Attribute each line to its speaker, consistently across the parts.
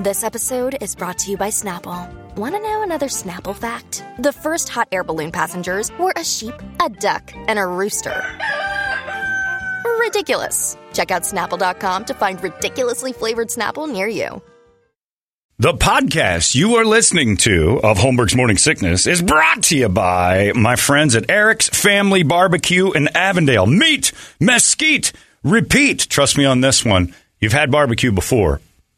Speaker 1: This episode is brought to you by Snapple. Want to know another Snapple fact? The first hot air balloon passengers were a sheep, a duck, and a rooster. Ridiculous. Check out snapple.com to find ridiculously flavored Snapple near you.
Speaker 2: The podcast you are listening to of Holmberg's Morning Sickness is brought to you by my friends at Eric's Family Barbecue in Avondale. Meet, mesquite, repeat. Trust me on this one. You've had barbecue before,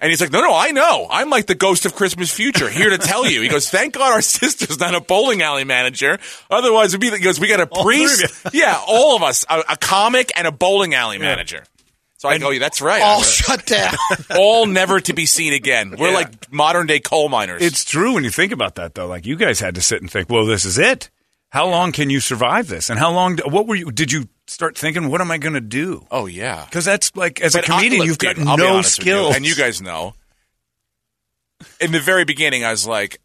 Speaker 3: And he's like, no, no, I know. I'm like the ghost of Christmas future here to tell you. He goes, thank God our sister's not a bowling alley manager. Otherwise, it'd be, he goes, we got a priest. yeah, all of us, a, a comic and a bowling alley manager. So I go, yeah, that's right.
Speaker 4: All
Speaker 3: I'm-
Speaker 4: shut down.
Speaker 3: all never to be seen again. We're
Speaker 2: Yeah.
Speaker 3: like modern day coal miners.
Speaker 2: It's true when you think about that, though. Like you guys had to sit and think. Well, this is it. How long can you survive this? And how long? What were you? Did you start thinking? What am I going to do?
Speaker 3: oh yeah.
Speaker 2: Because that's like as
Speaker 3: But
Speaker 2: a comedian,
Speaker 3: I- look,
Speaker 2: you've got
Speaker 3: dude, I'll be
Speaker 2: no
Speaker 3: honest with you,
Speaker 2: skills.
Speaker 3: and you guys know. In the very beginning, I was like,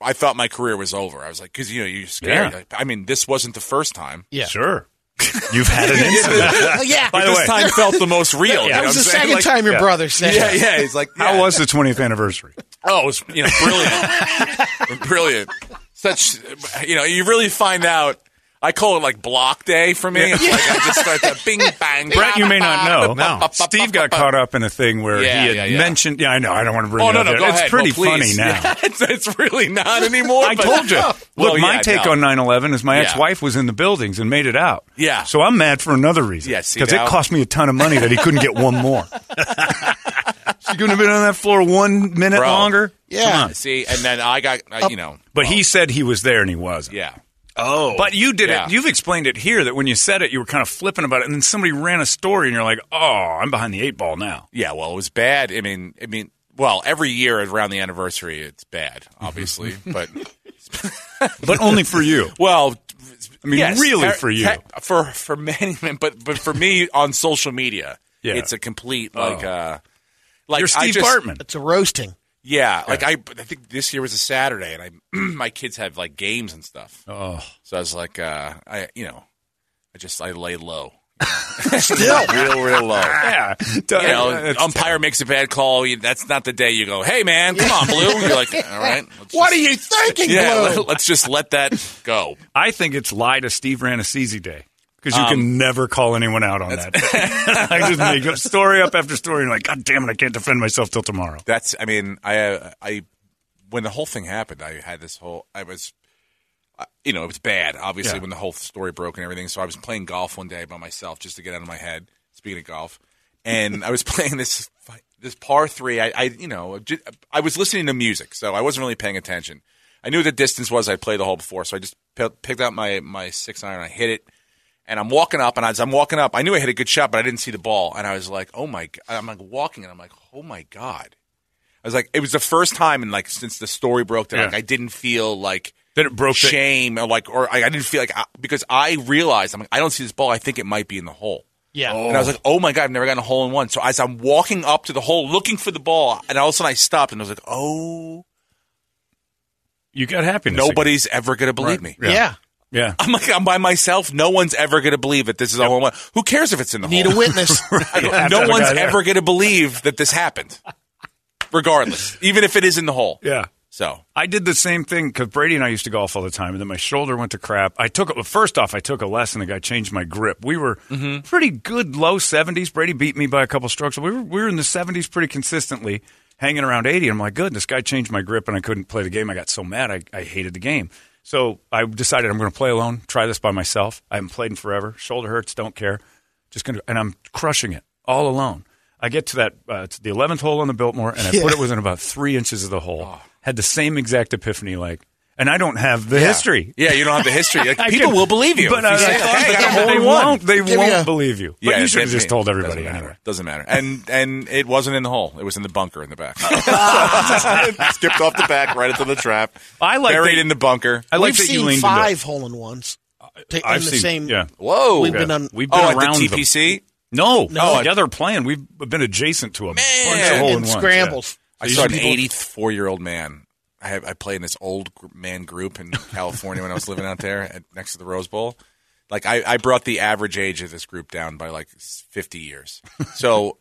Speaker 3: I thought my career was over. I was like, because you know you're scared.
Speaker 2: Yeah.
Speaker 3: Like, I mean, this wasn't the first time.
Speaker 4: Yeah.
Speaker 2: sure, you've had an incident.
Speaker 4: Oh, yeah.
Speaker 2: By the
Speaker 3: this
Speaker 2: way-
Speaker 3: time felt the most real. you know
Speaker 4: that was
Speaker 3: what
Speaker 4: the
Speaker 3: I'm saying?
Speaker 4: second
Speaker 3: Like,
Speaker 4: time your brother said
Speaker 3: Yeah,
Speaker 4: it.
Speaker 3: yeah. He's like,
Speaker 2: How
Speaker 3: yeah.
Speaker 2: was the 20th anniversary?
Speaker 3: Oh, it was you know brilliant, brilliant. Such you know, you really find out. I call it like block day for me. It's like I just start that bing bang.
Speaker 2: Brett, you may not know.
Speaker 3: No.
Speaker 2: Steve got caught up in a thing where
Speaker 3: Yeah,
Speaker 2: he had
Speaker 3: yeah, yeah.
Speaker 2: mentioned. Yeah, I know. I don't want to bring
Speaker 3: Oh
Speaker 2: it
Speaker 3: no,
Speaker 2: up.
Speaker 3: no,
Speaker 2: there.
Speaker 3: go
Speaker 2: it's
Speaker 3: ahead.
Speaker 2: pretty
Speaker 3: No,
Speaker 2: funny
Speaker 3: please.
Speaker 2: now.
Speaker 3: Yeah, it's, it's really not anymore.
Speaker 2: I
Speaker 3: but-
Speaker 2: told you. Look,
Speaker 3: Well,
Speaker 2: my
Speaker 3: yeah,
Speaker 2: take
Speaker 3: no.
Speaker 2: on 9/11 is my
Speaker 3: Yeah.
Speaker 2: ex-wife was in the buildings and made it out.
Speaker 3: Yeah.
Speaker 2: So I'm mad for another reason.
Speaker 3: Yeah, see,
Speaker 2: because
Speaker 3: now-
Speaker 2: it cost me a ton of money that he couldn't get one more. she couldn't have been on that floor one minute
Speaker 3: Bro.
Speaker 2: longer.
Speaker 4: Yeah.
Speaker 2: Come on.
Speaker 3: See, and then I got uh, you know,
Speaker 2: But he said he was there and he wasn't.
Speaker 3: yeah.
Speaker 2: Oh. But you did
Speaker 3: Yeah.
Speaker 2: it. You've explained it here that when you said it, you were kind of flipping about it, and then somebody ran a story, and you're like, "Oh, I'm behind the eight ball now."
Speaker 3: Yeah, well, it was bad. I mean, I mean, well, every year around the anniversary, it's bad, obviously. but
Speaker 2: But only for you.
Speaker 3: well,
Speaker 2: I mean,
Speaker 3: yes,
Speaker 2: really
Speaker 3: ter-
Speaker 2: for you.
Speaker 3: ter- for for many, men, but but for me on social media,
Speaker 2: Yeah. Oh.
Speaker 3: it's a complete like uh, like
Speaker 2: you're
Speaker 3: I
Speaker 2: Steve
Speaker 3: just,
Speaker 2: Bartman.
Speaker 4: It's a roasting.
Speaker 3: Yeah, like I, I think this year was a Saturday, and I my kids had like games and stuff.
Speaker 2: Oh.
Speaker 3: So I was like, uh, I you know, I just I lay low,
Speaker 4: Still.
Speaker 3: real real low.
Speaker 2: Yeah.
Speaker 3: You know,
Speaker 2: It's-
Speaker 3: umpire makes a bad call. You, that's not the day you go, hey man, come on, blue. You're like, all right, let's
Speaker 4: What are
Speaker 3: just-
Speaker 4: you thinking,
Speaker 3: Yeah,
Speaker 4: Blue?
Speaker 3: let, us just let that go.
Speaker 2: I think it's lie to Steve Ranasisi Day because you can never call anyone out on that. I just make up story up after story and like, God damn it, I can't defend myself till tomorrow.
Speaker 3: That's. I mean, I uh, I when the whole thing happened, I had this whole. I was. uh, You know, it was bad, obviously,
Speaker 2: Yeah.
Speaker 3: when the whole story broke and everything. So I was playing golf one day by myself just to get out of my head. Speaking of golf, and I was playing this fi- this par three. I, I you know, ju- I was listening to music, so I wasn't really paying attention. I knew what the distance was. I played the hole before, so I just p- picked out my my six iron. I hit it and I'm walking up, and as I'm walking up, I knew I hit a good shot, but I didn't see the ball, and I was like, "Oh my!" g- I'm like walking, and I'm like, "Oh my god!" I was like, it was the first time, and like since the story broke, that like
Speaker 2: Yeah. Oh,
Speaker 3: I didn't feel like
Speaker 2: That it broke the-
Speaker 3: shame, or like, or I, I didn't feel like I, because I realized I'm like, I don't see this ball. I think it might be in the hole.
Speaker 4: Yeah.
Speaker 3: And I was like, oh my God, I've never gotten a hole in one. So as I'm walking up to the hole looking for the ball, and all of a sudden I stopped and I was like, oh,
Speaker 2: You got happiness.
Speaker 3: nobody's ever going to believe me.
Speaker 4: yeah.
Speaker 2: again.
Speaker 3: I'm like, I'm by myself. No one's ever going to believe that this is a hole in one. Who cares if it's in the
Speaker 4: Need
Speaker 3: hole?
Speaker 2: Oh.
Speaker 4: a witness.
Speaker 3: I go,
Speaker 2: Yeah,
Speaker 3: no
Speaker 2: that's
Speaker 3: one's
Speaker 2: what I-
Speaker 3: ever going to believe that this happened, regardless, even if it is in the hole.
Speaker 2: Yeah. Yeah.
Speaker 3: So
Speaker 2: I did the same thing because Brady and I used to golf all the time, and then my shoulder went to crap. I took a, first off, I took a lesson. The guy changed my grip. We were pretty good, low seventies. Brady beat me by a couple strokes. We were we were in the seventies pretty consistently, hanging around eighty. I'm like, good. This guy changed my grip, and I couldn't play the game. I got so mad. I, I hated the game. So I decided I'm going to play alone. Try this by myself. I haven't played in forever. Shoulder hurts. Don't care. Just gonna and I'm crushing it all alone. I get to that uh, to the eleventh hole on the Biltmore, and I put it within about three inches of the hole. Had the same exact epiphany, like, and I don't have the history.
Speaker 3: Yeah, you don't have the history. Like,
Speaker 2: I
Speaker 3: people
Speaker 2: can-
Speaker 3: will believe you.
Speaker 2: but
Speaker 3: if
Speaker 2: I,
Speaker 3: you say,
Speaker 2: I thought,
Speaker 3: "Hey, I
Speaker 2: but
Speaker 3: got a
Speaker 2: then
Speaker 3: hole
Speaker 2: they
Speaker 3: in one."
Speaker 2: won't. They
Speaker 4: Give me
Speaker 2: won't
Speaker 4: a-
Speaker 2: believe you. But
Speaker 3: Yeah,
Speaker 2: you should have
Speaker 3: doesn't-
Speaker 2: just told everybody
Speaker 3: doesn't matter.
Speaker 2: anyway.
Speaker 3: Doesn't matter. And and it wasn't in the hole. It was in the bunker in the back. Skipped off the back right into the trap.
Speaker 2: I like
Speaker 3: buried
Speaker 2: that-
Speaker 3: in the bunker.
Speaker 2: I like
Speaker 4: We've
Speaker 2: that you
Speaker 4: seen
Speaker 2: leaned
Speaker 4: five hole in ones. Ta-
Speaker 2: into. I've
Speaker 4: in the
Speaker 2: seen.
Speaker 4: same.
Speaker 2: yeah.
Speaker 3: Whoa.
Speaker 4: We've been on.
Speaker 2: We've been
Speaker 3: oh, at
Speaker 2: around
Speaker 3: the
Speaker 2: them.
Speaker 3: TPC.
Speaker 2: No,
Speaker 3: No,
Speaker 2: together playing. We've been adjacent to a bunch of
Speaker 3: Man.
Speaker 2: hole in
Speaker 4: and
Speaker 2: ones.
Speaker 4: scrambled.
Speaker 3: I saw an 84 year old man. I have, I played in this old gr- man group in California when I was living out there at, next to the Rose Bowl. Like I, I brought the average age of this group down by like 50 years. So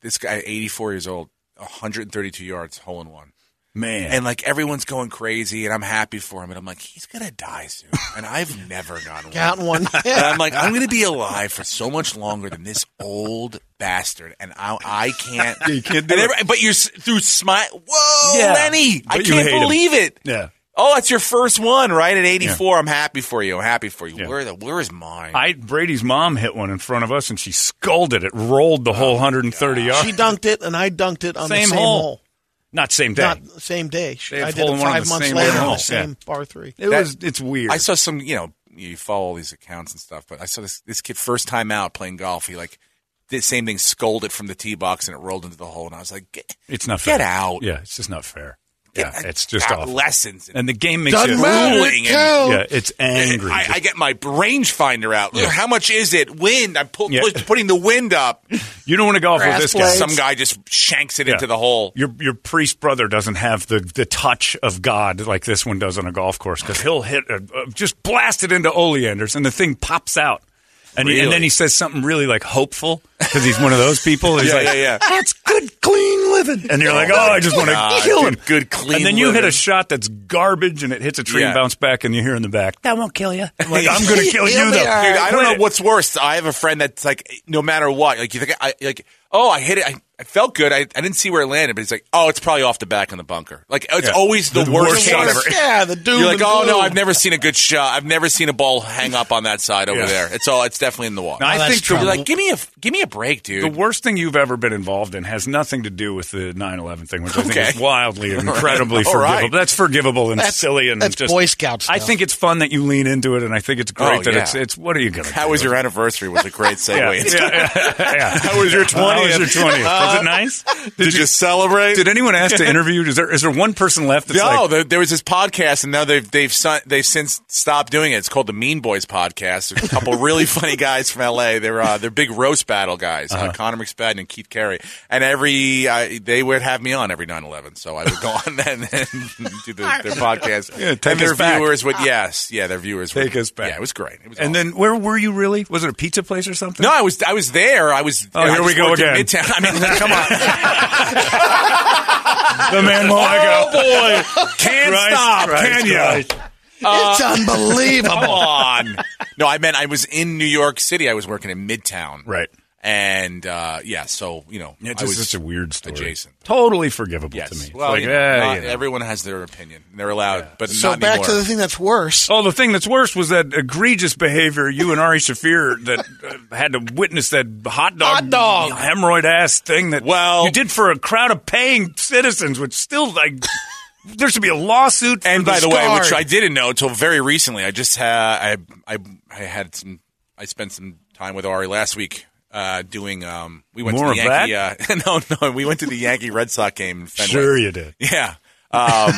Speaker 3: this guy, 84 years old, 132 yards, hole in one.
Speaker 2: Yeah. Man,
Speaker 3: And like everyone's going crazy, and I'm happy for him. And I'm like, he's gonna die soon, and I've never gone one.
Speaker 4: Count one.
Speaker 3: And I'm like, I'm gonna be alive for so much longer than this old bastard, and I, I can't.
Speaker 2: you can't do
Speaker 3: and
Speaker 2: it.
Speaker 3: every- But you're s- through smile. Whoa,
Speaker 2: Yeah.
Speaker 3: Lenny! I
Speaker 2: But you
Speaker 3: can't
Speaker 2: hate him.
Speaker 3: believe it.
Speaker 2: yeah.
Speaker 3: Oh, it's your first one, right? At 84, I'm happy for you. I'm happy for you.
Speaker 2: Yeah.
Speaker 3: Where the where is mine?
Speaker 2: I Brady's mom hit one in front of us, and she scolded it, rolled the whole 130 yards.
Speaker 4: She dunked it, and I dunked it on
Speaker 2: Same
Speaker 4: the same
Speaker 2: hole.
Speaker 4: hole.
Speaker 2: Not same day.
Speaker 4: Not the same day. She,
Speaker 2: They
Speaker 4: I
Speaker 2: have
Speaker 4: did
Speaker 2: hole
Speaker 4: it
Speaker 2: in one on
Speaker 4: five
Speaker 2: the
Speaker 4: months
Speaker 2: same
Speaker 4: later on
Speaker 2: hole.
Speaker 4: the same
Speaker 2: Yeah.
Speaker 4: par three.
Speaker 2: it
Speaker 3: that-
Speaker 2: was. It's weird.
Speaker 3: I saw some, you know, you follow all these accounts and stuff, but I saw this this kid first time out playing golf. He like did the same thing, scolded from the tee box, and it rolled into the hole. And I was like, get,
Speaker 2: it's not fair.
Speaker 3: get out.
Speaker 2: Yeah, it's just not fair.
Speaker 3: Get-
Speaker 2: yeah, it's just
Speaker 3: got
Speaker 2: awful.
Speaker 3: lessons. And,
Speaker 2: and the game makes
Speaker 4: Doesn't
Speaker 2: it
Speaker 4: matter,
Speaker 3: ruling
Speaker 4: it
Speaker 3: and-
Speaker 4: counts.
Speaker 2: Yeah, it's angry.
Speaker 3: I, I get my range finder out.
Speaker 2: Yeah.
Speaker 3: How much is it? Wind. I'm pu-
Speaker 2: Yeah.
Speaker 3: pu- putting the wind up.
Speaker 2: you don't want to golf with
Speaker 4: Grass
Speaker 2: this guy.
Speaker 4: blades.
Speaker 3: Some guy just shanks it
Speaker 2: Yeah.
Speaker 3: into the hole.
Speaker 2: Your your priest brother doesn't have the, the touch of God like this one does on a golf course because he'll hit a, a- just blast it into oleanders and the thing pops out. And, he, and then
Speaker 3: Really?
Speaker 2: he says something really like hopeful because he's one of those people. He's
Speaker 3: Yeah,
Speaker 2: like,
Speaker 3: yeah, yeah.
Speaker 2: "That's good, clean living." And you're like, "Oh, I just want to
Speaker 3: God,
Speaker 2: kill him."
Speaker 3: good- good, clean
Speaker 2: And then you hit a
Speaker 3: living.
Speaker 2: shot that's garbage and it hits a tree and
Speaker 3: Yeah.
Speaker 2: bounces back, and you hear in the back, "That won't kill you." I'm like, "I'm going to kill you though."
Speaker 3: Dude, I don't
Speaker 2: Quit
Speaker 3: know
Speaker 2: it.
Speaker 3: what's worse. I have a friend that's like, no matter what, like you think I like, oh, I hit it. I, I felt good. I, I didn't see where it landed, but it's like, oh, it's probably off the back in the bunker. Like it's
Speaker 2: Yeah.
Speaker 3: always the,
Speaker 2: The
Speaker 3: worst,
Speaker 2: worst
Speaker 3: shot
Speaker 2: shot
Speaker 3: ever.
Speaker 4: Yeah, the dude.
Speaker 3: You're like, oh no, I've never seen a good shot. I've never seen a ball hang up on that side over
Speaker 2: Yeah.
Speaker 3: there. It's all. It's definitely in the wall.
Speaker 2: No, I
Speaker 4: that's
Speaker 2: think the-
Speaker 4: trouble.
Speaker 3: You're Oh, like, give me a give me a break, dude.
Speaker 2: The worst thing you've ever been involved in has nothing to do with the 9/11 thing, which I think
Speaker 3: Okay.
Speaker 2: is wildly and incredibly
Speaker 3: All
Speaker 2: forgivable.
Speaker 3: right.
Speaker 2: That's forgivable and
Speaker 4: That's-
Speaker 2: silly and
Speaker 4: that's
Speaker 2: just
Speaker 4: Boy Scout
Speaker 2: I
Speaker 4: stuff.
Speaker 2: think it's fun that you lean into it, and I think it's great
Speaker 3: Oh,
Speaker 2: that
Speaker 3: yeah.
Speaker 2: it's it's. What are you gonna?
Speaker 3: How
Speaker 2: do?
Speaker 3: was your anniversary? Was a great segue.
Speaker 2: Yeah, yeah, yeah. How
Speaker 3: was your
Speaker 2: How was
Speaker 3: 20th?
Speaker 2: your twentieth? Was it nice? Did,
Speaker 3: Did you celebrate?
Speaker 2: Did anyone ask to interview? you? Is there is there one person left? That's
Speaker 3: no,
Speaker 2: like,
Speaker 3: there, there was this podcast, and now they've they've sun, they've since stopped doing it. It's called the Mean Boys Podcast. There's a couple really funny guys from LA. They're uh, they're big roast battle guys,
Speaker 2: Uh-huh.
Speaker 3: uh Connor McSpadden and Keith Carey. And every uh, they would have me on every 9/11, so I would go on then and do the, their podcast.
Speaker 2: Yeah, take
Speaker 3: and their
Speaker 2: us back.
Speaker 3: viewers would yes, yeah, their viewers would
Speaker 2: Take us back.
Speaker 3: Yeah, it was great. It was
Speaker 2: and
Speaker 3: awesome.
Speaker 2: then where were you really? Was it a pizza place or something?
Speaker 3: No, I was I was there. I was.
Speaker 2: Oh,
Speaker 3: I
Speaker 2: here we
Speaker 3: just
Speaker 2: go
Speaker 3: worked in
Speaker 2: again.
Speaker 3: Midtown. I mean, come on.
Speaker 2: the man Malaga.
Speaker 3: Oh, boy, can't
Speaker 2: Christ,
Speaker 3: stop,
Speaker 2: Christ,
Speaker 3: can you?
Speaker 2: Christ.
Speaker 4: It's unbelievable.
Speaker 3: Come on. No, I meant I was in New York City. I was working in Midtown.
Speaker 2: Right.
Speaker 3: And uh, yeah, so you know,
Speaker 2: It's
Speaker 3: I
Speaker 2: just
Speaker 3: was
Speaker 2: such a weird story.
Speaker 3: Adjacent.
Speaker 2: Totally forgivable
Speaker 3: Yes.
Speaker 2: to me. It's
Speaker 3: Well,
Speaker 2: like,
Speaker 3: you know,
Speaker 2: eh,
Speaker 3: not-
Speaker 2: you know.
Speaker 3: everyone has their opinion. They're allowed, but
Speaker 4: so
Speaker 3: not
Speaker 4: back
Speaker 3: anymore.
Speaker 4: to the thing that's worse.
Speaker 2: Oh, the thing that's worse was that egregious behavior you and Ari Shafir that uh, had to witness that hot dog,
Speaker 4: Hot dog.
Speaker 2: hemorrhoid ass thing that
Speaker 3: Well-
Speaker 2: you did for a crowd of paying citizens, which still like there should be a lawsuit. For
Speaker 3: and by the way, which I
Speaker 2: scarred.
Speaker 3: didn't know until very recently. I just had I I I had some. I spent some time with Ari last week. Uh, doing um, we went
Speaker 2: More
Speaker 3: to the
Speaker 2: of that?
Speaker 3: Yankee. Uh, no, no, we went to the Yankee Red Sox game. In Fenway.
Speaker 2: sure you did.
Speaker 3: Yeah. Um,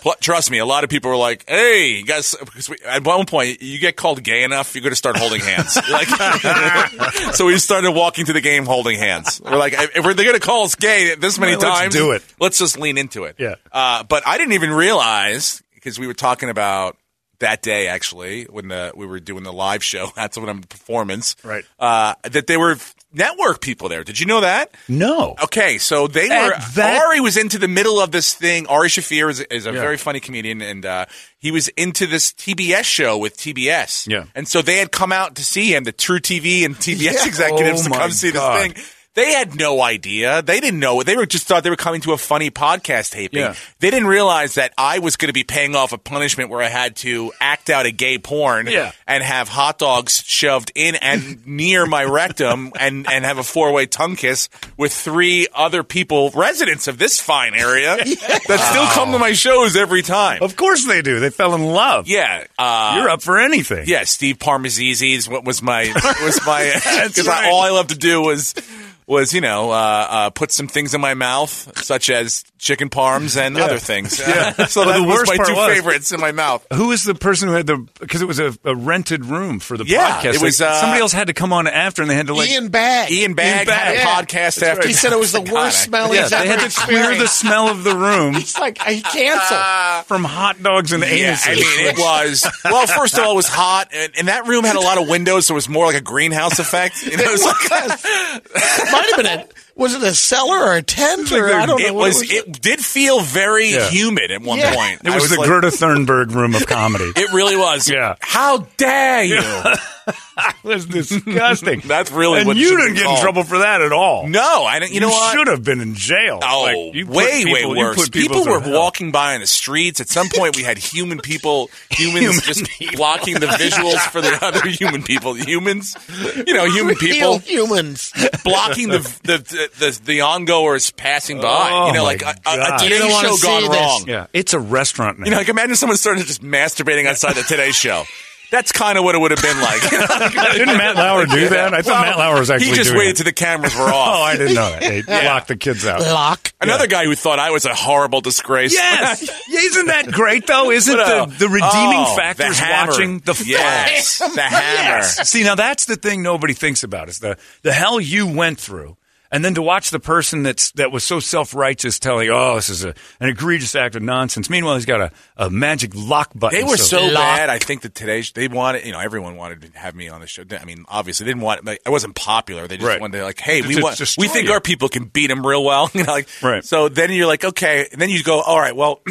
Speaker 3: pl- trust me, a lot of people were like, "Hey, you guys!" Because we, at one point, you get called gay enough, you're going to start holding hands. You're like, so we started walking to the game holding hands. We're like, if we're- they're going to call us gay this many
Speaker 2: Well, let's
Speaker 3: times,
Speaker 2: do it.
Speaker 3: Let's just lean into it.
Speaker 2: Yeah.
Speaker 3: Uh, but I didn't even realize because we were talking about that day actually when the we were doing the live show. That's when I'm performance,
Speaker 2: Right.
Speaker 3: Uh, that they were network people there. Did you know that?
Speaker 2: No,
Speaker 3: Okay, so they
Speaker 2: At
Speaker 3: were.
Speaker 2: that-
Speaker 3: Ari was into the middle of this thing. Ari Shafir is, is a very funny comedian, and uh, he was into this TBS show with TBS.
Speaker 2: Yeah.
Speaker 3: and so they had come out to see him, the True TV and TBS executives,
Speaker 2: Oh
Speaker 3: to
Speaker 2: my
Speaker 3: come see
Speaker 2: God.
Speaker 3: this thing. They had no idea. They didn't know. They were just thought they were coming to a funny podcast taping.
Speaker 2: Yeah.
Speaker 3: They didn't realize that I was going to be paying off a punishment where I had to act out a gay porn
Speaker 2: Yeah.
Speaker 3: and have hot dogs shoved in and near my rectum and, and have a four way tongue kiss with three other people, residents of this fine area, that still come to my shows every time.
Speaker 2: of course they do. They fell in love.
Speaker 3: Yeah. Uh,
Speaker 2: You're up for anything.
Speaker 3: yeah, Steve Parmazizi is what was my was my because
Speaker 2: right.
Speaker 3: all I loved to do was was you know uh, uh, put some things in my mouth such as chicken parms and other things. Yeah. so
Speaker 2: Well,
Speaker 3: that
Speaker 2: the worst
Speaker 3: was my
Speaker 2: part
Speaker 3: two
Speaker 2: was-
Speaker 3: favorites in my mouth.
Speaker 2: Who is the person who had the? Because it was a, a rented room for the
Speaker 3: Yeah,
Speaker 2: podcast.
Speaker 3: it was,
Speaker 2: Like,
Speaker 3: uh,
Speaker 2: somebody else had to come on after, and they had to like
Speaker 4: Ian Bag.
Speaker 3: Ian Bag had a
Speaker 4: Bagg.
Speaker 3: podcast after.
Speaker 4: He said it was the
Speaker 3: God,
Speaker 4: worst
Speaker 3: I-
Speaker 4: smelling.
Speaker 2: Yeah, they had to clear the smell of the room
Speaker 4: It's like I cancel.
Speaker 2: from hot dogs and
Speaker 3: Yeah,
Speaker 2: anuses.
Speaker 3: I mean, it
Speaker 2: which-
Speaker 3: was. Well, first of all, it was hot, and, and that room had a lot of windows, so it was more like a greenhouse effect. You know, it was like-
Speaker 4: Might have been a was it a cellar or a tent or I don't know.
Speaker 3: it
Speaker 4: what
Speaker 3: was. It did feel very
Speaker 2: Yeah.
Speaker 3: humid at one
Speaker 4: Yeah.
Speaker 3: point.
Speaker 2: It
Speaker 3: I
Speaker 2: was, the
Speaker 3: like-
Speaker 2: Greta Thunberg room of comedy.
Speaker 3: It really was.
Speaker 2: Yeah.
Speaker 3: How dare you?
Speaker 2: was disgusting.
Speaker 3: That's really
Speaker 2: and
Speaker 3: what
Speaker 2: you
Speaker 3: should
Speaker 2: didn't
Speaker 3: be
Speaker 2: get in
Speaker 3: called.
Speaker 2: trouble for that at all.
Speaker 3: No, I don't. You, know what?
Speaker 2: should have been in jail.
Speaker 3: Oh,
Speaker 2: Like, you put
Speaker 3: way,
Speaker 2: people-
Speaker 3: way
Speaker 2: you
Speaker 3: worse.
Speaker 2: put
Speaker 3: People,
Speaker 2: through
Speaker 3: were
Speaker 2: hell.
Speaker 3: walking by in the streets. At some point, we had human people, humans
Speaker 2: Human
Speaker 3: just
Speaker 2: people.
Speaker 3: blocking the visuals for the other human people. Humans, you know, human people
Speaker 4: Real humans.
Speaker 3: blocking the the the, the, the ongoers passing by.
Speaker 2: Oh,
Speaker 3: you know,
Speaker 2: my
Speaker 3: like a, a, a
Speaker 2: God.
Speaker 3: Today
Speaker 4: You don't wanna
Speaker 3: Show
Speaker 4: see
Speaker 3: gone
Speaker 4: this.
Speaker 3: wrong.
Speaker 2: Yeah, it's a restaurant now.
Speaker 3: You know, like imagine someone started just masturbating outside the Today Show. That's kind of what it would have been like.
Speaker 2: Didn't Matt Lauer do that? I thought Matt Lauer was actually
Speaker 3: he just
Speaker 2: doing
Speaker 3: waited
Speaker 2: it.
Speaker 3: till the cameras were
Speaker 2: Oh,
Speaker 3: off.
Speaker 2: I didn't know that. They locked the kids out.
Speaker 4: Lock.
Speaker 3: Another guy who thought I was a horrible disgrace.
Speaker 2: Yes, isn't that great though? Isn't
Speaker 3: What a-
Speaker 2: the, the redeeming
Speaker 3: Oh,
Speaker 2: factor is
Speaker 3: the hammer.
Speaker 2: watching the
Speaker 3: yes,
Speaker 2: facts?
Speaker 3: the hammer.
Speaker 2: Yes. See, now that's the thing nobody thinks about is the the hell you went through, and then to watch the person that's that was so self righteous telling, "Oh, this is a, an egregious act of nonsense." Meanwhile, he's got a, a magic lock button.
Speaker 3: They were so
Speaker 4: Lock.
Speaker 3: bad. I think that today they wanted, you know, everyone wanted to have me on the show. I mean, obviously, they didn't want. Like, I wasn't popular. They just
Speaker 2: Right.
Speaker 3: wanted to, like, hey,
Speaker 2: To
Speaker 3: we
Speaker 2: just
Speaker 3: want,
Speaker 2: destroy
Speaker 3: we think
Speaker 2: you.
Speaker 3: our people can beat them real well. you know, like,
Speaker 2: Right.
Speaker 3: So then you're like, okay, and then you go, all right, well.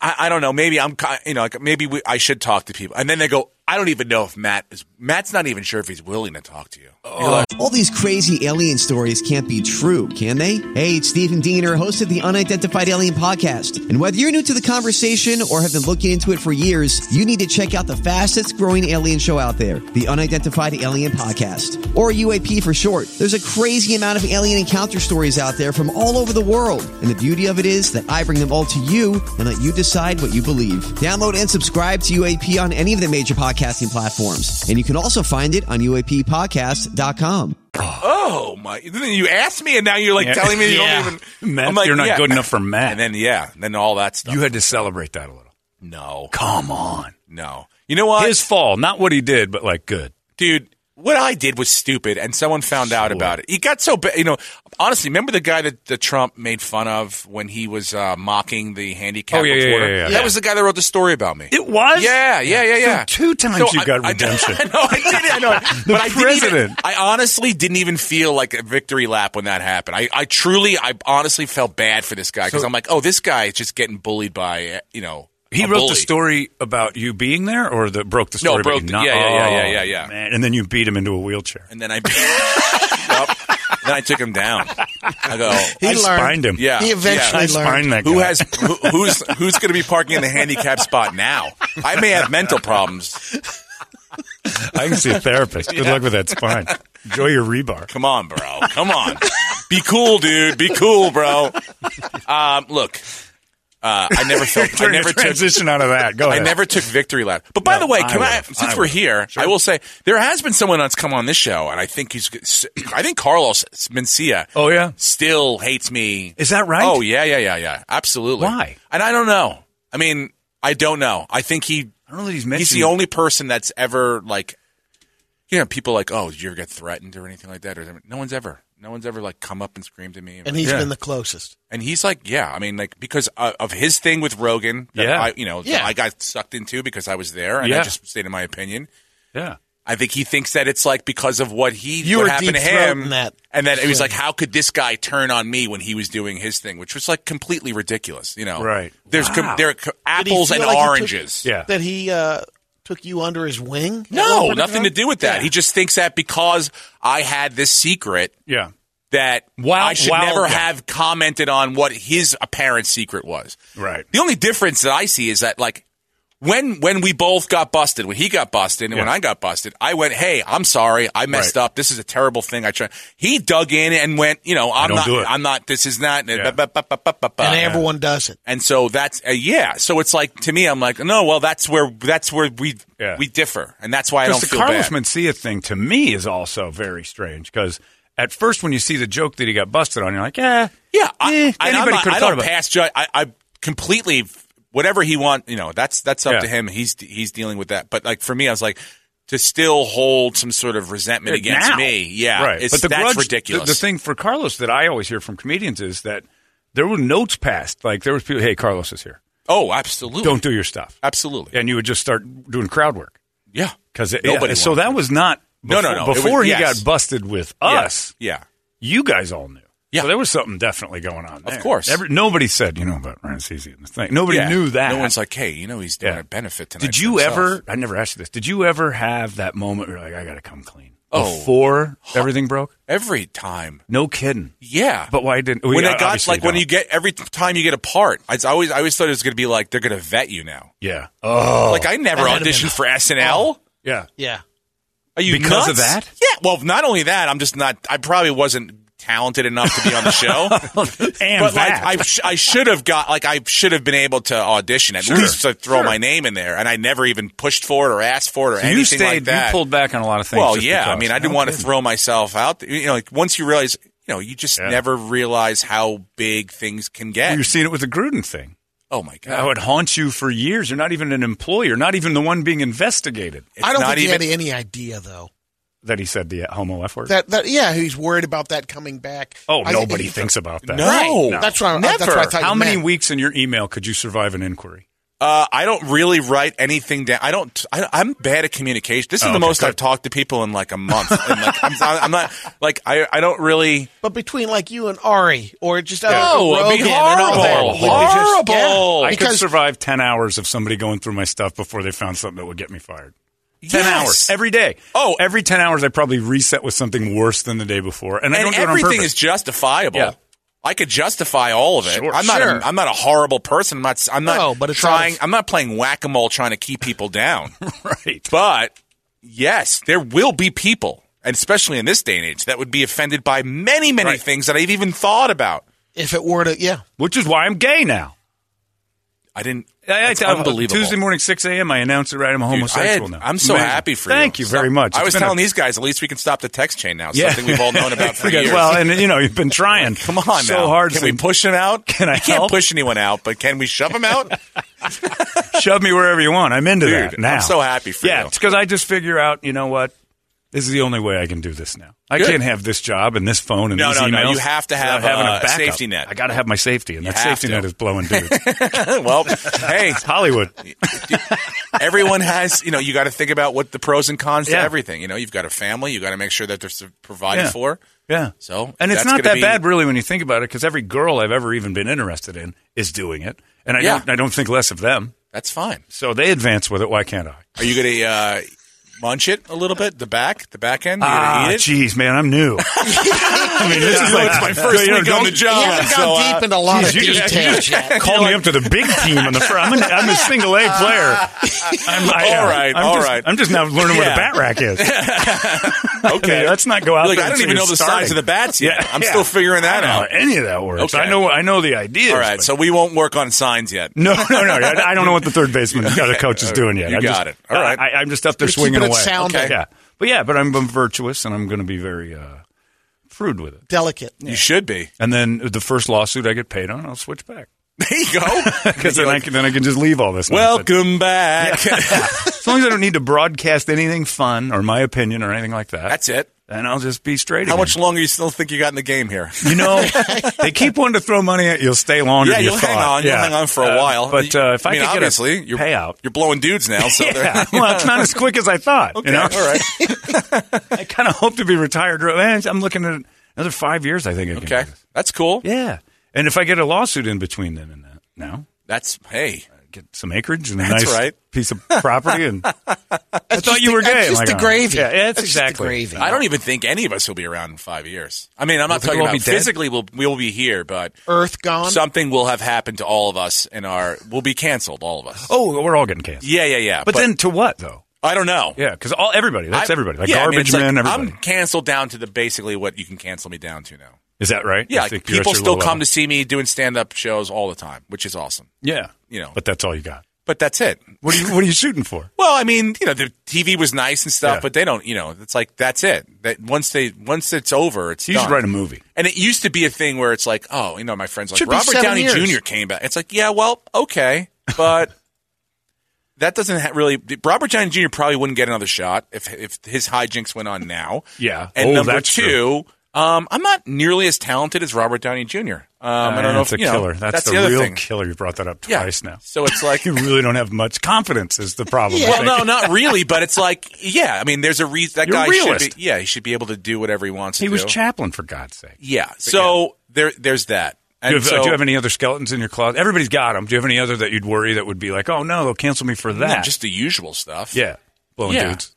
Speaker 3: I, I don't know. Maybe I'm, ki- you know, like maybe we, I should talk to people. And then they go, I don't even know if Matt is. Matt's not even sure if he's willing to talk to you.
Speaker 5: All these crazy alien stories can't be true, can they? Hey, it's Stephen Diener, host of the Unidentified Alien Podcast. And whether you're new to the conversation or have been looking into it for years, you need to check out the fastest growing alien show out there, the Unidentified Alien Podcast, or UAP for short. There's a crazy amount of alien encounter stories out there from all over the world. And the beauty of it is that I bring them all to you and let you decide what you believe. Download and subscribe to UAP on any of the major podcasting platforms. And you can also find it on UAPpodcast.com.
Speaker 3: Oh my! Then You asked me, and now you're like
Speaker 2: Yeah.
Speaker 3: telling me you
Speaker 4: Yeah.
Speaker 3: don't even.
Speaker 2: Matt,
Speaker 3: I'm like,
Speaker 2: you're not
Speaker 3: yeah.
Speaker 2: good enough for Matt.
Speaker 3: And then yeah, and then all that stuff.
Speaker 2: you had to celebrate that a little.
Speaker 3: no,
Speaker 2: Come on,
Speaker 3: no. You know what?
Speaker 2: his fall, not what he did, but like good.
Speaker 3: dude, what I did was stupid, and someone found out about it. He got so bad. You know, honestly, remember the guy that, that Trump made fun of when he was uh, mocking the handicap
Speaker 2: Oh, yeah, yeah,
Speaker 3: reporter?
Speaker 2: yeah, yeah, yeah.
Speaker 3: That was the guy that wrote the story about me.
Speaker 2: It was.
Speaker 3: yeah, yeah, yeah, yeah.
Speaker 2: So two times
Speaker 3: So
Speaker 2: you
Speaker 3: I-
Speaker 2: got
Speaker 3: I-
Speaker 2: redemption.
Speaker 3: I, know, I did it. I know. it.
Speaker 2: The
Speaker 3: but I didn't even-
Speaker 2: president.
Speaker 3: I honestly didn't even feel like a victory lap when that happened. I, I truly, I honestly felt bad for this guy because I'm like, oh, this guy is just getting bullied by, uh, you know,
Speaker 2: He
Speaker 3: a
Speaker 2: wrote
Speaker 3: bully.
Speaker 2: the story about you being there, or the broke the
Speaker 3: No,
Speaker 2: story. about
Speaker 3: broke
Speaker 2: you
Speaker 3: the-
Speaker 2: not-
Speaker 3: yeah, yeah, yeah, yeah,
Speaker 2: Oh,
Speaker 3: yeah, yeah.
Speaker 2: Man, and then you beat him into a wheelchair.
Speaker 3: and then I, Yup. then I took him down. I go, "Oh
Speaker 4: He
Speaker 2: I
Speaker 4: learned.
Speaker 2: spined him.
Speaker 3: Yeah,
Speaker 4: He eventually
Speaker 2: I
Speaker 4: learned.
Speaker 2: spined that guy.
Speaker 3: Who has who, who's who's going to be parking in the handicap spot now? I may have mental problems.
Speaker 2: I can see a therapist. Good luck with that spine. Enjoy your rebar.
Speaker 3: Come on, bro. Come on. Be cool, dude. Be cool, bro. Um, look, uh, I never felt. I
Speaker 2: Turn your
Speaker 3: never took.
Speaker 2: transition out of that. Go
Speaker 3: I
Speaker 2: ahead.
Speaker 3: never took victory lap. But by
Speaker 2: uh, No,
Speaker 3: the way,
Speaker 2: I
Speaker 3: can I,
Speaker 2: would've.
Speaker 3: since
Speaker 2: I
Speaker 3: we're
Speaker 2: would've.
Speaker 3: here, I will say there has been someone that's come on this show, and I think he's. I think Carlos Mencia.
Speaker 2: Oh, yeah?
Speaker 3: still hates me.
Speaker 2: Is that right?
Speaker 3: Oh yeah, yeah, yeah, yeah. Absolutely.
Speaker 2: Why?
Speaker 3: And I don't know. I mean, I don't know. I think he.
Speaker 2: I don't know that he's
Speaker 3: He's
Speaker 2: mentioned-
Speaker 3: the only person that's ever like. You know, people like, oh, did you ever get threatened or anything like that? Or something? no one's ever, no one's ever like come up and screamed at me.
Speaker 4: And he's
Speaker 2: Yeah.
Speaker 4: been the closest.
Speaker 3: And he's like, yeah, I mean, like because uh, of his thing with Rogan, that
Speaker 2: Yeah.
Speaker 3: I, you know, that
Speaker 4: Yeah.
Speaker 3: I got sucked into because I was there and I
Speaker 2: Yeah.
Speaker 3: just stated my opinion.
Speaker 2: Yeah.
Speaker 3: I think he thinks that it's like because of what he
Speaker 4: You
Speaker 3: what
Speaker 4: were
Speaker 3: happened to
Speaker 4: deep-throating
Speaker 3: him,
Speaker 4: that
Speaker 3: and that it was
Speaker 4: thing.
Speaker 3: like, how could this guy turn on me when he was doing his thing, which was like completely ridiculous, you know?
Speaker 2: Right.
Speaker 3: There's com-
Speaker 2: Wow.
Speaker 3: there are co-
Speaker 4: Did he
Speaker 3: apples
Speaker 4: feel
Speaker 3: and
Speaker 4: like he took-
Speaker 3: oranges.
Speaker 2: Yeah.
Speaker 4: That he uh, took you under his wing? at one
Speaker 3: No,
Speaker 4: point in
Speaker 3: nothing to
Speaker 4: time?
Speaker 3: do with that.
Speaker 4: Yeah.
Speaker 3: He just thinks that because I had this secret
Speaker 2: Yeah.
Speaker 3: that
Speaker 2: Wow,
Speaker 3: I should
Speaker 2: wow,
Speaker 3: never
Speaker 2: yeah.
Speaker 3: have commented on what his apparent secret was.
Speaker 2: Right.
Speaker 3: The only difference that I see is that like when when we both got busted, when he got busted and when
Speaker 2: Yeah.
Speaker 3: I got busted, I went, "Hey, I'm sorry, I messed
Speaker 2: Right.
Speaker 3: up. This is a terrible thing." I tried. He dug in and went, "You know, I'm
Speaker 2: don't
Speaker 3: not.
Speaker 2: do it.
Speaker 3: I'm not. This is not."
Speaker 2: Yeah.
Speaker 3: ba- ba- ba- ba- ba-
Speaker 2: Uh,
Speaker 3: ba.
Speaker 4: And everyone does it.
Speaker 3: And so that's uh, yeah. So it's like to me, I'm like, no, well, that's where that's where we
Speaker 2: Yeah.
Speaker 3: we differ, and that's why I don't
Speaker 2: Because the
Speaker 3: feel
Speaker 2: Carlos
Speaker 3: bad.
Speaker 2: Mencia thing to me is also very strange because at first when you see the joke that he got busted on, you're like, eh,
Speaker 3: Yeah, I,
Speaker 2: eh, anybody
Speaker 3: I,
Speaker 2: could
Speaker 3: anybody I
Speaker 2: have
Speaker 3: don't
Speaker 2: thought about. it.
Speaker 3: pass judge. I, I completely whatever he want. You know, that's that's up
Speaker 2: Yeah.
Speaker 3: to him. He's he's dealing with that. But like for me, I was like to still hold some sort of resentment
Speaker 2: Yeah,
Speaker 3: against
Speaker 2: now.
Speaker 3: me. Yeah,
Speaker 2: right.
Speaker 3: It's,
Speaker 2: but the
Speaker 3: that's
Speaker 2: grudge,
Speaker 3: ridiculous.
Speaker 2: The, the thing for Carlos that I always hear from comedians is that there were notes passed. Like there was people, hey, Carlos is here.
Speaker 3: oh, absolutely.
Speaker 2: Don't do your stuff.
Speaker 3: absolutely.
Speaker 2: and you would just start doing crowd work
Speaker 3: yeah,
Speaker 2: because
Speaker 3: Nobody
Speaker 2: yeah, so
Speaker 3: wanted
Speaker 2: that
Speaker 3: it.
Speaker 2: was not
Speaker 3: No, no,
Speaker 2: befo-
Speaker 3: no. It
Speaker 2: before
Speaker 3: was-
Speaker 2: he
Speaker 3: yes.
Speaker 2: got busted with
Speaker 3: Yeah.
Speaker 2: us
Speaker 3: Yeah.
Speaker 2: you guys all knew
Speaker 3: Yeah.
Speaker 2: So there was something definitely going on. there.
Speaker 3: course.
Speaker 2: Every, nobody said, you know, about Rancisi and the thing. Nobody
Speaker 3: Yeah.
Speaker 2: knew that.
Speaker 3: No one's like, hey, you know, he's doing
Speaker 2: Yeah.
Speaker 3: a benefit tonight.
Speaker 2: Did
Speaker 3: for
Speaker 2: you
Speaker 3: himself.
Speaker 2: ever? I never asked you this. Did you ever have that moment where you're like, I got to come clean
Speaker 3: Oh.
Speaker 2: before everything broke?
Speaker 3: Every time.
Speaker 2: No kidding.
Speaker 3: Yeah.
Speaker 2: But why didn't
Speaker 3: when
Speaker 2: we-
Speaker 3: it got
Speaker 2: obviously
Speaker 3: like when
Speaker 2: don't.
Speaker 3: you get every time you get a part, I always I always thought it was going to be like they're going to vet you now.
Speaker 2: Yeah. Oh.
Speaker 3: like I never
Speaker 4: that'd have been-
Speaker 3: auditioned for SNL.
Speaker 2: yeah.
Speaker 4: Yeah.
Speaker 3: Are you
Speaker 2: Because of
Speaker 3: nuts?
Speaker 2: that?
Speaker 3: Yeah. Well, not only that, I'm just not. I probably wasn't talented enough to be on the show.
Speaker 2: And
Speaker 3: but
Speaker 2: that.
Speaker 3: like, I sh- I should have got like I should have been able to audition at
Speaker 2: Sure.
Speaker 3: least to throw
Speaker 2: Sure.
Speaker 3: my name in there, and I never even pushed for it or asked for it or
Speaker 2: So
Speaker 3: anything
Speaker 2: you stayed.
Speaker 3: like that.
Speaker 2: You pulled back on a lot of things.
Speaker 3: well,
Speaker 2: just
Speaker 3: yeah. I
Speaker 2: because.
Speaker 3: mean, I didn't
Speaker 2: No
Speaker 3: want to
Speaker 2: kidding.
Speaker 3: throw myself out. There. You know, like once you realize, you know, you just
Speaker 2: Yeah.
Speaker 3: never realize how big things can get.
Speaker 2: Well, You're seeing it with the Gruden thing.
Speaker 3: oh my god.
Speaker 2: That would haunt you for years. You're not even an employee. You're not even the one being investigated.
Speaker 3: It's
Speaker 4: I don't
Speaker 3: not
Speaker 4: think
Speaker 3: even,
Speaker 4: he had any idea though.
Speaker 2: That he said the homo f word.
Speaker 4: That that yeah, he's worried about that coming back.
Speaker 2: oh,
Speaker 4: I think
Speaker 2: nobody
Speaker 4: he-
Speaker 2: thinks about that.
Speaker 3: No.
Speaker 4: Right.
Speaker 3: No.
Speaker 4: That's why I, that's
Speaker 3: Never.
Speaker 4: what I thought.
Speaker 2: How
Speaker 4: you
Speaker 2: many
Speaker 4: meant.
Speaker 2: weeks in your email could you survive an inquiry?
Speaker 3: Uh, I don't really write anything down. I don't. I, I'm bad at communication. This is
Speaker 2: Oh,
Speaker 3: the
Speaker 2: okay,
Speaker 3: most
Speaker 2: good.
Speaker 3: I've talked to people in like a month. And like, I'm, I'm not like I. I don't really.
Speaker 4: But between like you and Ari, or just other
Speaker 3: No, it'd be
Speaker 4: Rogan and all that,
Speaker 3: horrible.
Speaker 4: we would just- yeah,
Speaker 3: Horrible.
Speaker 2: I could
Speaker 4: because
Speaker 2: survive 10 hours of somebody going through my stuff before they found something that would get me fired. 10
Speaker 3: Yes.
Speaker 2: hours every day.
Speaker 3: Oh.
Speaker 2: every 10 hours I probably reset with something worse than the day before. And, I
Speaker 3: And
Speaker 2: don't do it on
Speaker 3: everything
Speaker 2: purpose.
Speaker 3: is justifiable.
Speaker 2: Yeah.
Speaker 3: I could justify all of it.
Speaker 2: Sure,
Speaker 3: I'm not.
Speaker 4: sure.
Speaker 3: A, I'm not a horrible person. I'm not. I'm not
Speaker 4: No, but it's
Speaker 3: trying.
Speaker 4: out of-
Speaker 3: I'm not playing whack a mole trying to keep people down.
Speaker 2: right.
Speaker 3: but yes, there will be people, and especially in this day and age, that would be offended by many, many
Speaker 2: Right.
Speaker 3: things that I've even thought about.
Speaker 4: if it were to yeah,
Speaker 2: Which is why I'm gay now.
Speaker 3: I didn't.
Speaker 2: I- I-
Speaker 3: That's
Speaker 2: I-
Speaker 3: unbelievable.
Speaker 2: Tuesday morning, 6 a.m., I announced it right. I'm a
Speaker 3: Dude, I
Speaker 2: homosexual
Speaker 3: had-
Speaker 2: now.
Speaker 3: I'm so
Speaker 2: Amazing.
Speaker 3: happy for
Speaker 2: Thank you very much.
Speaker 3: I
Speaker 2: It's
Speaker 3: was
Speaker 2: been a-
Speaker 3: telling these guys, at least we can stop the text chain now.
Speaker 2: Yeah.
Speaker 3: Something we've all known about for
Speaker 2: Because,
Speaker 3: years.
Speaker 2: Well, and you know, you've been trying.
Speaker 3: Come on
Speaker 2: so
Speaker 3: now.
Speaker 2: hard.
Speaker 3: Can we
Speaker 2: so
Speaker 3: push them out?
Speaker 2: Can I
Speaker 3: You can't
Speaker 2: help?
Speaker 3: push anyone out, but can we shove them out?
Speaker 2: shove me wherever you want. I'm into
Speaker 3: Dude,
Speaker 2: that now.
Speaker 3: I'm so happy for
Speaker 2: yeah,
Speaker 3: you.
Speaker 2: it's because I just figure out, you know what? This is the only way I can do this now. I
Speaker 3: Good.
Speaker 2: can't have this job and this phone and
Speaker 3: No,
Speaker 2: these
Speaker 3: no, no.
Speaker 2: emails.
Speaker 3: You have to
Speaker 2: without
Speaker 3: have,
Speaker 2: having
Speaker 3: uh,
Speaker 2: a
Speaker 3: a
Speaker 2: backup.
Speaker 3: safety net.
Speaker 2: I got to have my safety, and that
Speaker 3: have
Speaker 2: safety
Speaker 3: to.
Speaker 2: net is blowing dudes.
Speaker 3: well, hey,
Speaker 2: it's Hollywood.
Speaker 3: everyone has, you know, you got to think about what the pros and cons
Speaker 2: Yeah.
Speaker 3: to everything. You know, you've got a family, you got to make sure that they're s- provided
Speaker 2: Yeah.
Speaker 3: for.
Speaker 2: Yeah.
Speaker 3: So,
Speaker 2: and it's
Speaker 3: that's
Speaker 2: not
Speaker 3: gonna
Speaker 2: that
Speaker 3: be-
Speaker 2: bad, really, when you think about it, because every girl I've ever even been interested in is doing it, and I
Speaker 3: Yeah.
Speaker 2: don't, I don't think less of them.
Speaker 3: That's fine.
Speaker 2: So they advance with it. Why can't I?
Speaker 3: Are you going to uh, munch it a little bit? The back, the back end? You gonna
Speaker 2: Ah,
Speaker 3: eat it?
Speaker 2: jeez, man, I'm new. I mean, this is
Speaker 3: You know,
Speaker 2: like
Speaker 3: it's my first
Speaker 2: you know,
Speaker 3: week on
Speaker 2: don't-
Speaker 3: the job.
Speaker 4: you haven't
Speaker 3: so,
Speaker 4: gone
Speaker 3: uh,
Speaker 4: deep into a lot of
Speaker 2: Jeez, you just-
Speaker 4: details
Speaker 2: you
Speaker 4: yet.
Speaker 2: just call me up to the big team on the front. I'm, an, I'm a single A player. I'm, I,
Speaker 3: All
Speaker 2: uh,
Speaker 3: right,
Speaker 2: I'm
Speaker 3: all
Speaker 2: just,
Speaker 3: right.
Speaker 2: I'm just now learning where the
Speaker 3: Yeah.
Speaker 2: bat rack is.
Speaker 3: okay.
Speaker 2: Let's not go out.
Speaker 3: Like,
Speaker 2: there
Speaker 3: I don't
Speaker 2: until
Speaker 3: even
Speaker 2: you're
Speaker 3: know the
Speaker 2: starting.
Speaker 3: size of the bats yet.
Speaker 2: Yeah,
Speaker 3: I'm
Speaker 2: yeah.
Speaker 3: still figuring
Speaker 2: I
Speaker 3: that
Speaker 2: don't know how
Speaker 3: out.
Speaker 2: any of that works.
Speaker 3: Okay.
Speaker 2: I know. I know the ideas.
Speaker 3: All right,
Speaker 2: but-
Speaker 3: so we won't work on signs yet.
Speaker 2: No, no, no. I I don't know what the third baseman the other coach is doing yet.
Speaker 3: You
Speaker 2: I'm
Speaker 3: got
Speaker 2: just,
Speaker 3: it. All right.
Speaker 2: I, am just up there
Speaker 4: You're
Speaker 2: swinging
Speaker 4: keeping it
Speaker 2: away.
Speaker 4: sound.
Speaker 3: Okay.
Speaker 2: Yeah, but yeah, but I'm, I'm virtuous and I'm going to be very uh, prude with it.
Speaker 4: delicate.
Speaker 3: You should be.
Speaker 2: And then the first lawsuit I get paid on, I'll switch back
Speaker 3: There you go.
Speaker 2: because then I can then I can just leave all this. nonsense.
Speaker 3: Welcome back.
Speaker 2: As long as I don't need to broadcast anything fun or my opinion or anything like that,
Speaker 3: That's it.
Speaker 2: Then I'll just be straight.
Speaker 3: How
Speaker 2: again.
Speaker 3: much longer you still think you got in the game here?
Speaker 2: You know, they keep wanting to throw money at you. You'll stay longer.
Speaker 3: yeah,
Speaker 2: than you
Speaker 3: you'll hang
Speaker 2: thought.
Speaker 3: on. You'll hang on for a
Speaker 2: Uh,
Speaker 3: while.
Speaker 2: But uh, if I,
Speaker 3: mean,
Speaker 2: could
Speaker 3: obviously,
Speaker 2: get a
Speaker 3: you're,
Speaker 2: payout.
Speaker 3: You're blowing dudes now, so
Speaker 2: Yeah,
Speaker 3: they're
Speaker 2: well, it's not as quick as I thought.
Speaker 3: Okay,
Speaker 2: you know?
Speaker 3: all right.
Speaker 2: I kind of hope to be retired. real- eh, I'm looking at another five years. I think. I can
Speaker 3: okay.
Speaker 2: do this.
Speaker 3: That's cool.
Speaker 2: Yeah, and if I get a lawsuit in between then and that, now
Speaker 3: That's hey.
Speaker 2: get some acreage and a
Speaker 3: That's
Speaker 2: nice
Speaker 3: right.
Speaker 2: piece of property, and I thought you were gay.
Speaker 4: That's just
Speaker 2: Like,
Speaker 4: the
Speaker 2: oh.
Speaker 4: gravy.
Speaker 2: Yeah, yeah, that's,
Speaker 4: That's just the
Speaker 2: exactly.
Speaker 4: gravy.
Speaker 3: I don't even think any of us will be around in five years. I mean, I'm not
Speaker 2: think
Speaker 3: talking
Speaker 2: we'll
Speaker 3: about
Speaker 2: be dead? Um,
Speaker 3: physically. We'll we'll be here, but
Speaker 4: Earth gone.
Speaker 3: something will have happened to all of us, and our we'll be canceled. All of us.
Speaker 2: Oh, we're all getting canceled.
Speaker 3: Yeah, yeah, yeah.
Speaker 2: But, then to what though?
Speaker 3: I don't know.
Speaker 2: Yeah, because all everybody. That's
Speaker 3: I-
Speaker 2: everybody. Like
Speaker 3: yeah, I mean,
Speaker 2: garbage
Speaker 3: it's like,
Speaker 2: men. everybody.
Speaker 3: I'm canceled down to the basically what you can cancel me down to now.
Speaker 2: Is that right?
Speaker 3: Yeah,
Speaker 2: I
Speaker 3: like,
Speaker 2: think you're at
Speaker 3: people
Speaker 2: your
Speaker 3: still
Speaker 2: low
Speaker 3: come
Speaker 2: level.
Speaker 3: to see me doing stand up shows all the time, which is awesome.
Speaker 2: Yeah,
Speaker 3: you know.
Speaker 2: But that's all you got.
Speaker 3: But that's it.
Speaker 2: What are you What are you shooting for?
Speaker 3: Well, I mean, you know, the TV was nice and stuff,
Speaker 2: Yeah.
Speaker 3: but they don't, you know, it's like that's it. That once they once it's over, it's
Speaker 2: You should
Speaker 3: done.
Speaker 2: write a movie.
Speaker 3: And it used to be a thing where it's like, oh, you know, my friends like
Speaker 4: Should be
Speaker 3: Robert
Speaker 4: seven
Speaker 3: Downey
Speaker 4: years.
Speaker 3: Jr. came back. It's like, yeah, well, okay, but that doesn't ha- really. Robert Downey Jr. probably wouldn't get another shot if if his hijinks went on now.
Speaker 2: Yeah.
Speaker 3: and
Speaker 2: Oh,
Speaker 3: number
Speaker 2: that's
Speaker 3: two. Um, I'm not nearly as talented as Robert Downey Jr. Um, I don't know
Speaker 2: that's
Speaker 3: if
Speaker 2: Uh, a
Speaker 3: you know,
Speaker 2: killer. that's,
Speaker 3: the,
Speaker 2: a
Speaker 3: other
Speaker 2: real
Speaker 3: thing.
Speaker 2: killer. You brought that up twice now.
Speaker 3: So it's like
Speaker 2: You really don't have much confidence. Is the problem? I
Speaker 3: Well,
Speaker 2: think.
Speaker 3: no, not really, but it's like, yeah. I mean, there's a reason that
Speaker 2: You're a
Speaker 3: guy should
Speaker 2: realist.
Speaker 3: be. Yeah, he should be able to do whatever he wants
Speaker 2: He
Speaker 3: to
Speaker 2: was
Speaker 3: do.
Speaker 2: Chaplin for God's sake.
Speaker 3: yeah. So there, there's that.
Speaker 2: Do
Speaker 3: And
Speaker 2: you, have, uh,
Speaker 3: so,
Speaker 2: do you have any other skeletons in your closet? Everybody's got them. Do you have any other that you'd worry that would be like, oh no, they'll cancel me for
Speaker 3: No,
Speaker 2: that?
Speaker 3: just the usual stuff.
Speaker 2: yeah, blowing
Speaker 3: Yeah.
Speaker 2: dudes.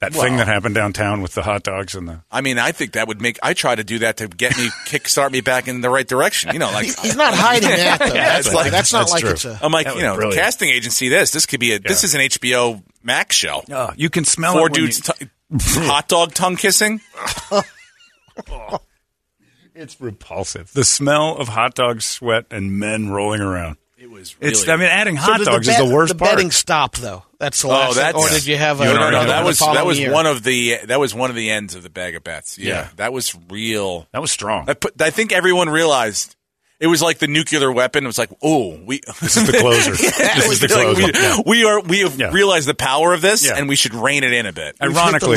Speaker 2: That
Speaker 3: Well-
Speaker 2: thing that happened downtown with the hot dogs and the
Speaker 3: I mean, I think that would make. I try to do that to get me kickstart me back in the right direction. You know, like
Speaker 4: He's not hiding that though. that's,
Speaker 2: it's
Speaker 4: like,
Speaker 2: like-
Speaker 4: that's not
Speaker 2: that's
Speaker 4: like
Speaker 2: true.
Speaker 4: it's a.
Speaker 3: I'm like,
Speaker 2: That
Speaker 3: you
Speaker 2: was
Speaker 3: know,
Speaker 2: brilliant.
Speaker 3: casting agency. This this could be a. This
Speaker 2: Yeah.
Speaker 3: is an HBO Max show.
Speaker 2: oh, you can smell
Speaker 3: Four
Speaker 2: it when you-
Speaker 3: dudes, t- hot dog tongue kissing.
Speaker 2: it's repulsive. The smell of hot dogs, sweat, and men rolling around.
Speaker 3: It was.
Speaker 2: It's. I mean, adding
Speaker 4: So
Speaker 2: hot
Speaker 4: did
Speaker 2: dogs
Speaker 4: bet-
Speaker 2: is the worst
Speaker 4: the
Speaker 2: part.
Speaker 4: betting stop though. That's the
Speaker 3: Oh,
Speaker 4: last.
Speaker 3: that's
Speaker 4: or did you have a?
Speaker 2: You
Speaker 3: no,
Speaker 2: don't
Speaker 3: no,
Speaker 2: already
Speaker 3: no.
Speaker 2: have
Speaker 3: That
Speaker 2: one.
Speaker 3: was
Speaker 4: the
Speaker 3: that
Speaker 4: following
Speaker 3: was
Speaker 4: year?
Speaker 3: one of the that was one of the ends of the bag of bets. Yeah,
Speaker 2: Yeah.
Speaker 3: that was real.
Speaker 2: that was strong.
Speaker 3: I, put, I think everyone realized it was like the nuclear weapon. It was like, oh, we.
Speaker 2: This is the closer.
Speaker 3: It
Speaker 2: this is
Speaker 3: was
Speaker 2: the
Speaker 3: like,
Speaker 2: closer.
Speaker 3: we,
Speaker 2: Yeah.
Speaker 3: we are we have
Speaker 2: Yeah.
Speaker 3: realized the power of this,
Speaker 2: Yeah.
Speaker 3: and we should rein it in a bit.
Speaker 2: Ironically,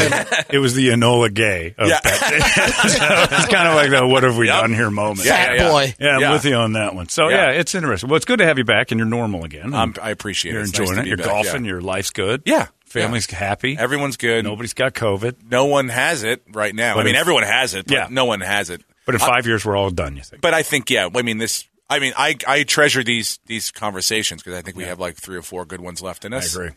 Speaker 2: it was the Enola Gay of
Speaker 3: Yeah.
Speaker 2: pet. it's kind of like the "What have we
Speaker 3: Yep.
Speaker 2: done here?" moment.
Speaker 3: Yeah,
Speaker 4: Fat
Speaker 3: yeah, yeah.
Speaker 4: boy.
Speaker 2: Yeah, I'm
Speaker 3: Yeah.
Speaker 2: with you on that one. So yeah.
Speaker 3: Yeah.
Speaker 2: it's interesting. Well, it's good to have you back, and you're normal again.
Speaker 3: Um, I appreciate it.
Speaker 2: you're
Speaker 3: It's nice
Speaker 2: enjoying
Speaker 3: to
Speaker 2: it.
Speaker 3: be
Speaker 2: You're
Speaker 3: back,
Speaker 2: golfing.
Speaker 3: yeah.
Speaker 2: Your life's good.
Speaker 3: Yeah.
Speaker 2: family's happy.
Speaker 3: Everyone's good.
Speaker 2: Nobody's got COVID.
Speaker 3: No one has it right now.
Speaker 2: But
Speaker 3: I mean,
Speaker 2: if-
Speaker 3: everyone has it, but
Speaker 2: Yeah.
Speaker 3: no one has it.
Speaker 2: But in five years, we're all done. You think?
Speaker 3: But I think, yeah. I mean, this. I mean, I I treasure these these conversations because I think we have like three or four good ones left in
Speaker 2: I
Speaker 3: us.
Speaker 2: agree.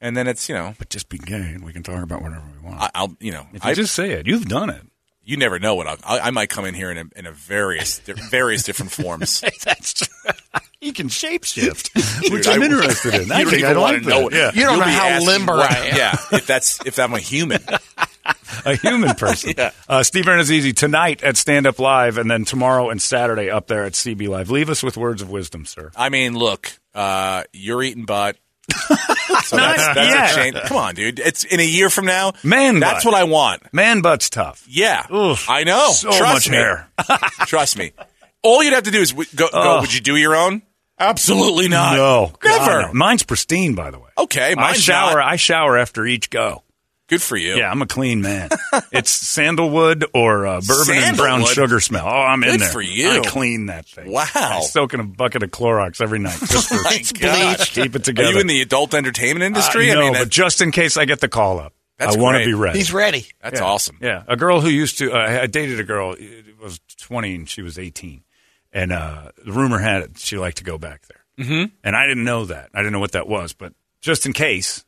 Speaker 3: And then it's you know,
Speaker 2: But just be gay, and we can talk about whatever we want.
Speaker 3: I, I'll you know,
Speaker 2: if you
Speaker 3: I
Speaker 2: just say it, you've done it.
Speaker 3: you never know what I'll, I I might come in here in a, in a various various different forms.
Speaker 2: That's true. you can shapeshift, which
Speaker 3: Dude,
Speaker 2: I'm
Speaker 3: I-
Speaker 2: interested in. I
Speaker 3: you don't
Speaker 2: think
Speaker 3: even
Speaker 2: I'd like
Speaker 3: want to know
Speaker 2: that.
Speaker 3: it.
Speaker 2: Yeah.
Speaker 4: You don't
Speaker 3: You'll
Speaker 4: know
Speaker 3: be
Speaker 4: how
Speaker 3: asking
Speaker 4: limber
Speaker 3: what-
Speaker 4: I am.
Speaker 3: Yeah, if that's if I'm a human.
Speaker 2: a human person. uh, Steve Renazizi tonight at Stand Up Live, and then tomorrow and Saturday up there at CB Live. Leave us with words of wisdom, sir.
Speaker 3: I mean, look, uh, you're eating butt. So
Speaker 2: Not
Speaker 3: that's, that's
Speaker 2: yet.
Speaker 3: a change. Come on, dude. It's in a year from now.
Speaker 2: Man
Speaker 3: that's
Speaker 2: butt.
Speaker 3: what I want.
Speaker 2: Man, butt's tough.
Speaker 3: Yeah,
Speaker 2: Oof.
Speaker 3: I know.
Speaker 2: So
Speaker 3: Trust
Speaker 2: much
Speaker 3: me.
Speaker 2: hair.
Speaker 3: Trust me. All you'd have to do is w- go. go
Speaker 2: Ugh.
Speaker 3: would you do your own? Absolutely not.
Speaker 2: no, God,
Speaker 3: never.
Speaker 2: no. Mine's pristine, by the way.
Speaker 3: Okay,
Speaker 2: I
Speaker 3: mine's
Speaker 2: shower.
Speaker 3: not.
Speaker 2: I shower after each go.
Speaker 3: Good for you.
Speaker 2: Yeah, I'm a clean man. it's sandalwood or uh, bourbon and brown
Speaker 3: Sandalwood?
Speaker 2: sugar smell. Oh, I'm in
Speaker 3: Good
Speaker 2: there.
Speaker 3: for you.
Speaker 2: I clean that thing.
Speaker 3: Wow. Oh
Speaker 2: I soak in a bucket of Clorox every night just for
Speaker 3: My God.
Speaker 4: bleach.
Speaker 2: keep it
Speaker 3: Are
Speaker 2: together.
Speaker 3: you in the adult entertainment industry?
Speaker 2: Uh, no,
Speaker 3: I mean,
Speaker 2: but
Speaker 3: that,
Speaker 2: just in case I get the call up,
Speaker 3: That's
Speaker 2: I want to
Speaker 3: great.
Speaker 2: be ready.
Speaker 4: He's ready.
Speaker 3: that's
Speaker 2: Yeah.
Speaker 3: awesome.
Speaker 2: Yeah, a girl who used to uh, I dated a girl. It was twenty and she was eighteen, and uh, the rumor had it she liked to go back there. Mm-hmm. And I didn't know that. I didn't know what that was, but just in case,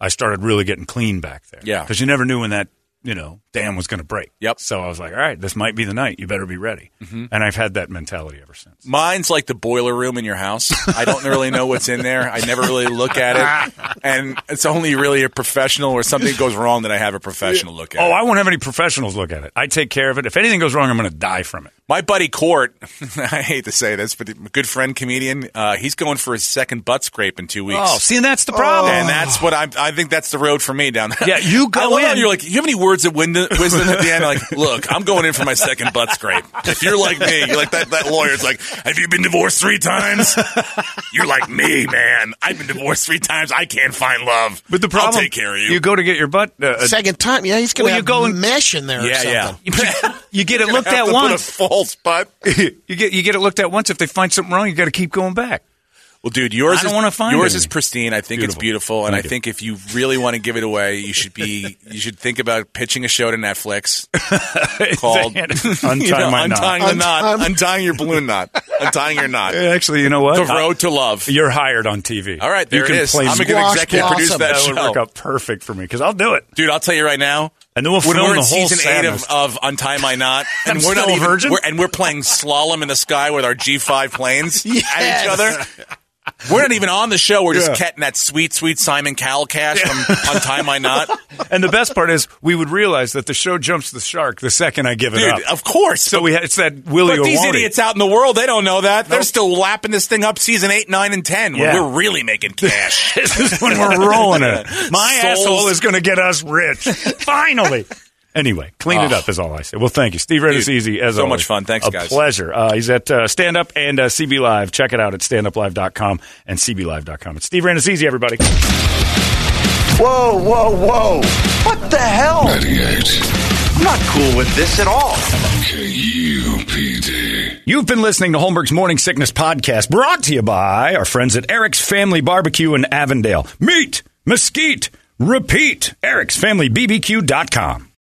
Speaker 2: I started really getting clean back there.
Speaker 3: Yeah.
Speaker 2: because you never knew when that you know dam was going to break.
Speaker 3: Yep. Mm-hmm.
Speaker 2: So I was like, all right, this might be the night. You better be ready. And I've had that mentality ever since.
Speaker 3: Mine's like the boiler room in your house. I don't really know what's in there. I never really look at it. And it's only really a professional or something goes wrong that I have a professional look at.
Speaker 2: Oh,
Speaker 3: it.
Speaker 2: I won't have any professionals look at it. I take care of it. If anything goes wrong, I'm going to die from it.
Speaker 3: My buddy Court, I hate to say this, but a good friend comedian, uh, he's going for his second butt scrape in two weeks.
Speaker 2: Oh, see, and that's the problem.
Speaker 3: And that's what I'm. I think that's the road for me down there.
Speaker 2: Oh. Yeah, you go
Speaker 3: I love how
Speaker 2: in-
Speaker 3: You're like, you have any words of wind- wisdom at the end? Like, look, I'm going in for my second butt scrape. If you're like me, you're like that. That lawyer's like, have you been divorced three times? You're like me, man. I've been divorced three times. I can't find love.
Speaker 2: But the problem,
Speaker 3: I'll take care of you.
Speaker 2: You go to get your butt uh,
Speaker 4: Second time, yeah, he's gonna
Speaker 2: Well, you
Speaker 4: have
Speaker 2: go and-
Speaker 4: mesh in there. or
Speaker 3: yeah,
Speaker 4: something.
Speaker 3: yeah.
Speaker 2: you get it
Speaker 3: You're gonna
Speaker 2: looked
Speaker 3: have
Speaker 2: at
Speaker 3: to put
Speaker 2: once.
Speaker 3: a false butt.
Speaker 2: you get you get it looked at once. If they find something wrong, you got to keep going back.
Speaker 3: Well, dude, yours
Speaker 2: I don't
Speaker 3: is,
Speaker 2: wanna find
Speaker 3: yours
Speaker 2: it.
Speaker 3: is pristine. I think it's beautiful, and I think if you really want to give it away, you should be you should think about pitching a show to Netflix called
Speaker 2: Untie
Speaker 3: you know,
Speaker 2: my knot.
Speaker 3: untying the knot, untying your balloon knot, untying your knot. The
Speaker 2: Actually, you know what?
Speaker 3: road to love.
Speaker 2: I- you're hired on TV.
Speaker 3: All right,
Speaker 2: you
Speaker 3: there
Speaker 2: can
Speaker 3: it is.
Speaker 2: Play
Speaker 3: I'm a
Speaker 2: me.
Speaker 3: good
Speaker 4: Squash
Speaker 3: executive
Speaker 4: Blossom.
Speaker 3: produce that
Speaker 2: that would
Speaker 3: show,
Speaker 2: work out perfect for me because I'll do it.
Speaker 3: dude. I'll tell you right now.
Speaker 2: And then we'll
Speaker 3: when
Speaker 2: film
Speaker 3: we're in
Speaker 2: the whole
Speaker 3: season eight of,
Speaker 2: sadness.
Speaker 3: of Untie My Knot, and
Speaker 2: I'm
Speaker 3: we're not
Speaker 2: still a
Speaker 3: even,
Speaker 2: virgin?
Speaker 3: We're, and we're playing slalom in the sky with our G5 planes at each other. We're not even on the show. We're
Speaker 2: Yeah.
Speaker 3: just getting that sweet, sweet Simon Cowell cash from Untie My Knot.
Speaker 2: And the best part is, we would realize that the show jumps the shark the second I give it
Speaker 3: Dude,
Speaker 2: up.
Speaker 3: of course.
Speaker 2: so we ha- it's that Willie
Speaker 3: but
Speaker 2: or
Speaker 3: these
Speaker 2: won't he.
Speaker 3: idiots out in the world, they don't know that. They're
Speaker 2: Nope.
Speaker 3: still lapping this thing up season eight, nine, and ten when
Speaker 2: Yeah.
Speaker 3: we're really making cash.
Speaker 2: This is when we're rolling it. My
Speaker 3: Souls.
Speaker 2: asshole is going to get us rich. Finally. Anyway, clean it up is all I say. Well, thank you, Steve. Red is
Speaker 3: Ah. Dude,
Speaker 2: easy as
Speaker 3: so
Speaker 2: always.
Speaker 3: much fun. Thanks,
Speaker 2: a
Speaker 3: guys.
Speaker 2: Pleasure. Uh, he's at uh, Stand Up and uh, CB Live. Check it out at standuplive.com and cblive.com. It's Steve Red is easy, everybody.
Speaker 6: Oh. Whoa, whoa, whoa. What the hell?
Speaker 7: 98
Speaker 6: I'm not cool with this at all.
Speaker 7: KUPD.
Speaker 2: You've been listening to Holmberg's Morning Sickness Podcast, brought to you by our friends at Eric's Family Barbecue in Avondale. Meet, mesquite, repeat. Eric'sFamilyBBQ.com.